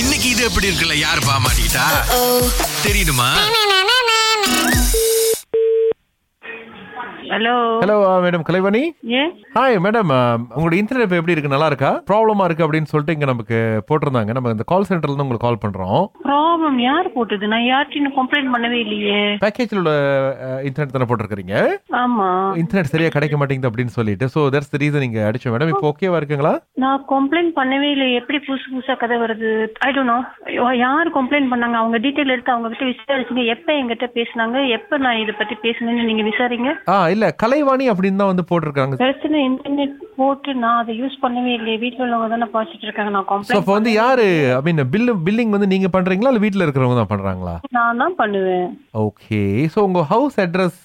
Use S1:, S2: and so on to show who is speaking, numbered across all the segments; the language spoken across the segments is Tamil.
S1: இன்னைக்கு இது எப்படி இருக்குல்ல யார் பாமாட்டா தெரியுமா
S2: ஹலோ
S3: ஹலோ மேடம் கலைவாணி
S2: ஏன்
S3: ஹாய் மேடம் uh, உங்களோட இன்டர்நெட் இப்போ எப்படி இருக்கு நல்லா இருக்கா ப்ராப்ளமா இருக்கு அப்படின்னு சொல்லிட்டு இங்க நமக்கு போட்டிருந்தாங்க நம்ம இந்த கால் சென்டர்ல இருந்து உங்களுக்கு கால் பண்றோம்
S2: ப்ராப்ளம் யார் போட்டது நான் யார்கிட்டயும் கம்ப்ளைண்ட் பண்ணவே இல்லையே
S3: பேக்கேஜ்ல உள்ள இன்டர்நெட் தானே போட்டிருக்கீங்க
S2: ஆமா
S3: இன்டர்நெட் சரியா கிடைக்க மாட்டேங்குது அப்படின்னு சொல்லிட்டு ஸோ தட்ஸ் த ரீசன் நீங்க அடிச்சோம் மேடம் இப்போ ஓகேவா இருக்குங்களா
S2: நான் கம்ப்ளைண்ட் பண்ணவே இல்லை எப்படி புதுசு புதுசா கதை வருது ஐ டோன்ட் நோ யார் கம்ப்ளைண்ட் பண்ணாங்க அவங்க டீட்டெயில் எடுத்து அவங்க கிட்ட விசாரிச்சுங்க எப்ப என்கிட்ட பேசுனாங்க எப்ப நான் இதை பத்தி பேசுனேன்னு நீங்க விசாரிங்க
S3: ஆ இல்ல கலைவாணி அப்படின்னு தான் வந்து போட்டிருக்காங்க
S2: பிரச்சனை இன்டர்நெட் போட்டு நான் அதை யூஸ் பண்ணவே இல்லையே வீட்டுல உள்ளவங்க தானே பாய்ச்சிட்டு இருக்காங்க நான்
S3: ஸோ
S2: கம்ப்ளைண்ட்
S3: இப்போ வந்து யாரு ஐ மீன் பில்லு பில்லிங் வந்து நீங்க பண்றீங்களா இல்ல வீட்ல இருக்கிறவங்க தான் பண்றாங்களா
S2: நான் தான் பண்ணுவேன்
S3: ஓகே ஸோ உங்க ஹவுஸ் அட்ரஸ்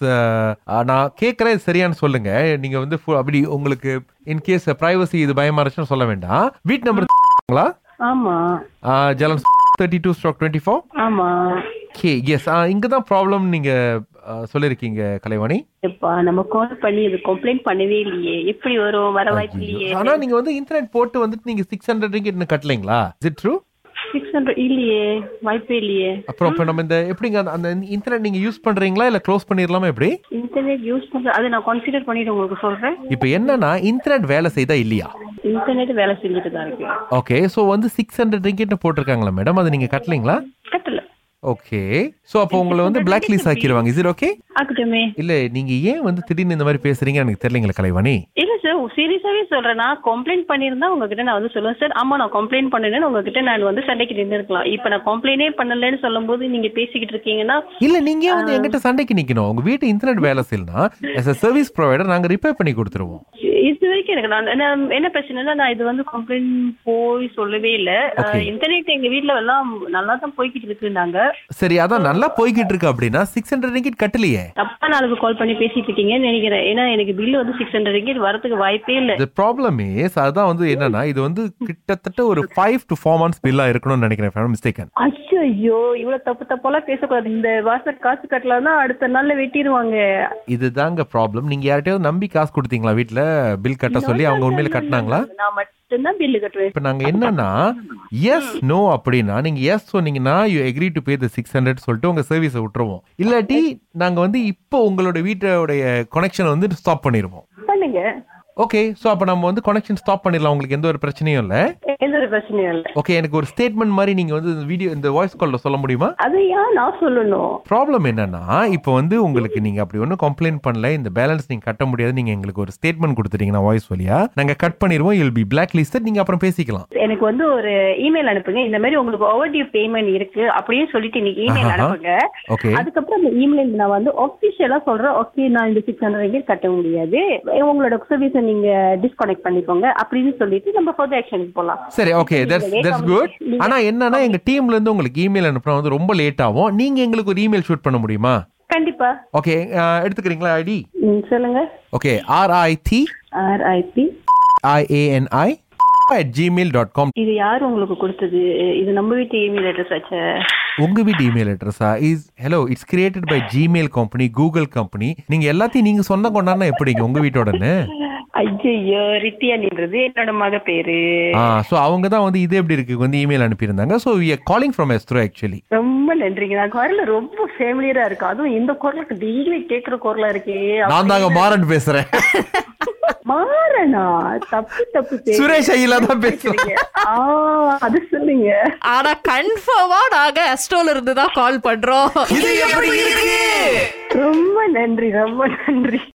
S3: நான் கேட்குறேன் சரியான்னு சொல்லுங்க நீங்க வந்து full- அப்படி உங்களுக்கு இன்கேஸ் ப்ரைவசி இது பயமா இருந்துச்சுன்னு சொல்ல வேண்டாம் வீட் நம்பர்
S2: ஆமா
S3: ஜலன் தேர்ட்டி டூ ஸ்டாக் டுவெண்ட்டி ஃபோர்
S2: ஆமா
S3: ஓகே எஸ் இங்கே தான் ப்ராப்ளம் நீங்க ஆ, சொல்லியிருக்கீங்க கலைவாணி
S2: எப்பா நம்ம கால் பண்ணி இது கம்ப்ளைண்ட் பண்ணவே இல்லையே எப்படி வரும் வர வாய்ப்பு இல்லையே
S3: ஆனா நீங்க வந்து இன்டர்நெட் போட்டு வந்துட்டு நீங்க சிக்ஸ் ஹண்ட்ரட் ரிங்கிட் கட்டலைங்களா is it true
S2: six hundred இல்லையே வாய்ப்பே இல்லையே
S3: அப்புறம் இப்போ நம்ம இந்த எப்படிங்க அந்த- அந்த இன்டர்நெட் நீங்க யூஸ் பண்றீங்களா இல்ல க்ளோஸ் பண்ணிடலாமா எப்படி
S2: இன்டர்நெட் யூஸ் பண்ற அதை நான் கன்சிடர் பண்ணிட்டு உங்களுக்கு சொல்றேன்
S3: இப்போ என்னன்னா இன்டர்நெட் வேலை செய்தா இல்லையா
S2: இன்டர்நெட் வேலை செஞ்சுட்டு தான் இருக்கு
S3: ஓகே ஸோ வந்து சிக்ஸ் ஹண்ட்ரட் ரிங்கிட்னு போட்டிருக்காங்களா மேடம் அது நீங்க கட்டலைங்களா
S2: கட்டல
S3: ஓகே ஸோ அப்போ உங்களை வந்து பிளாக் லிஸ்ட் ஆக்கிடுவாங்க இஸ் இட் ஓகே
S2: ஆக்கட்டுமே
S3: இல்ல நீங்க ஏன் வந்து திடீர்னு இந்த மாதிரி பேசுறீங்க எனக்கு தெரியலங்களா கலைவாணி
S2: இல்ல சார் சீரியஸாவே சொல்றேன் நான் கம்ப்ளைண்ட் பண்ணியிருந்தா உங்ககிட்ட நான் வந்து சொல்லுவேன் சார் ஆமா நான் கம்ப்ளைண்ட் பண்ணினேன்னு உங்ககிட்ட நான் வந்து சண்டைக்கு நின்றுருக்கலாம் இப்ப நான் கம்ப்ளைண்டே பண்ணலன்னு சொல்லும்போது நீங்க பேசிக்கிட்டு இருக்கீங்கன்னா
S3: இல்ல நீங்க ஏன் வந்து எங்கிட்ட சண்டைக்கு நிக்கணும் உங்க வீட்டு இன்டர்நெட் வேலை செய்யலனா as a சர்வீஸ் ப்ரொவைடர் நாங்க ரிப்பேர் பண்ணி கொடுத்துருவோம்
S2: இது வரைக்கும் எனக்கு நான் நான் என்ன பிரச்சனைனா நான் இது வந்து கம்ப்ளைண்ட் போய் சொல்லவே இல்ல
S3: Okay.
S2: இன்டர்நெட் எங்க வீட்ல எல்லாம் நல்லா தான் போய்கிட்டு இருக்குனாங்க
S3: சரி அதான் நல்லா போய்கிட்டு இருக்கு அப்படின்னா சிக்ஸ் ஹண்ட்ரட் ரிங்கிட் கட்டலையே
S2: தப்பா நாளுக்கு கால் பண்ணி பேசிட்டு இருக்கீங்கன்னு நினைக்கிறேன் ஏன்னா எனக்கு பில் வந்து சிக்ஸ் ஹண்ட்ரட் ரிங்கிட் வரதுக்கு வாய்ப்பே இல்ல
S3: த ப்ராப்ளம் இஸ் அதான் வந்து என்னன்னா இது வந்து கிட்டத்தட்ட ஒரு ஃபைவ் டு ஃபோர் மந்த்ஸ் பில்லா இருக்கணும்னு நினைக்கிறேன் மிஸ்டேக்கன்
S2: ஐயோ இவ்வளவு தப்பு தப்பெல்லாம் பேசக்கூடாது இந்த வாசல் காசு கட்டலன்னா அடுத்த நாள்ல வெட்டிடுவாங்க
S3: இதுதாங்க ப்ராப்ளம் நீங்க யார்கிட்டயாவது நம்பி காசு கொடுத்தீங்களா வீட்ல பில் கட்ட சொல்லி அவங்க உண்மையில கட்டினாங்களா
S2: நான் மட்டும்தான் பில்லு கட்டுவேன்
S3: இப்போ நாங்க என்னன்னா எஸ் நோ அப்படின்னா நீங்க எஸ் சொன்னீங்கன்னா you agree to pay the six hundred சொல்லிட்டு உங்க சர்வீஸை விட்டுருவோம் இல்லாட்டி நாங்க வந்து இப்போ உங்களோட வீட்டோடைய கனெக்ஷனை வந்து ஸ்டாப் பண்ணிடுவோம்
S2: பண்ணுங்க
S3: ஓகே ஸோ அப்போ நம்ம வந்து கனெக்ஷன் ஸ்டாப் பண்ணிடலாம் உங்களுக்கு எந்த ஒரு பிரச்சனையும் இல்லை
S2: எந்த ஒரு பிரச்சனையும் இல்ல
S3: ஓகே எனக்கு ஒரு ஸ்டேட்மெண்ட் மாதிரி நீங்க வந்து வீடியோ இந்த வாய்ஸ் காலில் சொல்ல முடியுமா
S2: அது ஏன் நான் சொல்லணும்
S3: ப்ராப்ளம் என்னன்னா இப்போ வந்து உங்களுக்கு நீங்க அப்படி ஒன்றும் கம்ப்ளைண்ட் பண்ணல இந்த பேலன்ஸ் நீங்க கட்ட முடியாது நீங்க எங்களுக்கு ஒரு ஸ்டேட்மெண்ட் கொடுத்துட்டீங்கன்னா வாய்ஸ் வழியா நாங்க கட் பண்ணிடுவோம் இல் பி பிளாக் லிஸ்ட் நீங்க அப்புறம் பேசிக்கலாம்
S2: எனக்கு வந்து ஒரு இமெயில் அனுப்புங்க இந்த மாதிரி உங்களுக்கு ஓவர் டியூ பேமெண்ட் இருக்கு அப்படியே சொல்லிட்டு நீங்க இமெயில்
S3: ஆஹா.
S2: அனுப்புங்க
S3: ஓகே
S2: அதுக்கப்புறம் அந்த இமெயில் நான் வந்து ஒபிஷியலா சொல்றேன் ஓகே நான் இந்த சிக்ஸ் ஹண்ட்ரட் கட்ட முடியாது உங்களோட சர்வீஸை நீங்க டிஸ்கனெக்ட் பண்ணிக்கோங்க அப்படின்னு சொல்லிட்டு நம்ம ஃபர்தர் ஆக்ஷனுக்கு போலாம்
S3: சரி ஓகே தட்ஸ் தட்ஸ் குட் ஆனா என்னன்னா எங்க டீம்ல இருந்து உங்களுக்கு இமெயில் அனுப்புனா வந்து ரொம்ப லேட் ஆகும் நீங்க எங்களுக்கு ஒரு இமெயில் ஷூட் பண்ண முடியுமா
S2: கண்டிப்பா
S3: ஓகே எடுத்துக்கிறீங்களா ஐடி
S2: ம், சொல்லுங்க
S3: okay RIT
S2: RIP
S3: ஐஏஎன்ஐ at Gmail dot com
S2: இது யார் உங்களுக்கு கொடுத்தது இது நம்ம வீட்டு இமெயில் அட்ரஸ் ஆச்சு
S3: உங்க வீட்டு இமெயில் அட்ரஸா is hello it's created by Gmail company Google company நீங்க எல்லாத்தையும் நீங்க சொந்த கொண்டாடினா எப்படிங்க உங்க வீட்டோடன்னு
S2: ஐயோ ரித்தியானின்றது என்னோட மக பேரு
S3: ஆ ஸோ அவங்க தான் வந்து இது எப்படி இருக்கு வந்து இமெயில் அனுப்பியிருந்தாங்க so we are calling from Astro actually
S2: ரொம்ப நன்றிங்க நான் குரல் ரொம்ப ஃபேமிலியரா இருக்கு அதுவும் இந்த குரலுக்கு டெய்லி கேக்குற குரலா இருக்கே
S3: நான் தாங்க மாறன் பேசுறேன்
S2: மாறனா தப்பு தப்பு பேரு.
S3: சுரேஷ் ஐயில தான் பேசுறேன்
S2: ஆ, அது சொல்லுங்க
S4: ஆனா கன்ஃபார்மா நாங்க அஸ்ட்ரோல இருந்து தான் கால் பண்றோம்
S3: இது எப்படி இருக்கு
S2: ரொம்ப நன்றி ரொம்ப நன்றி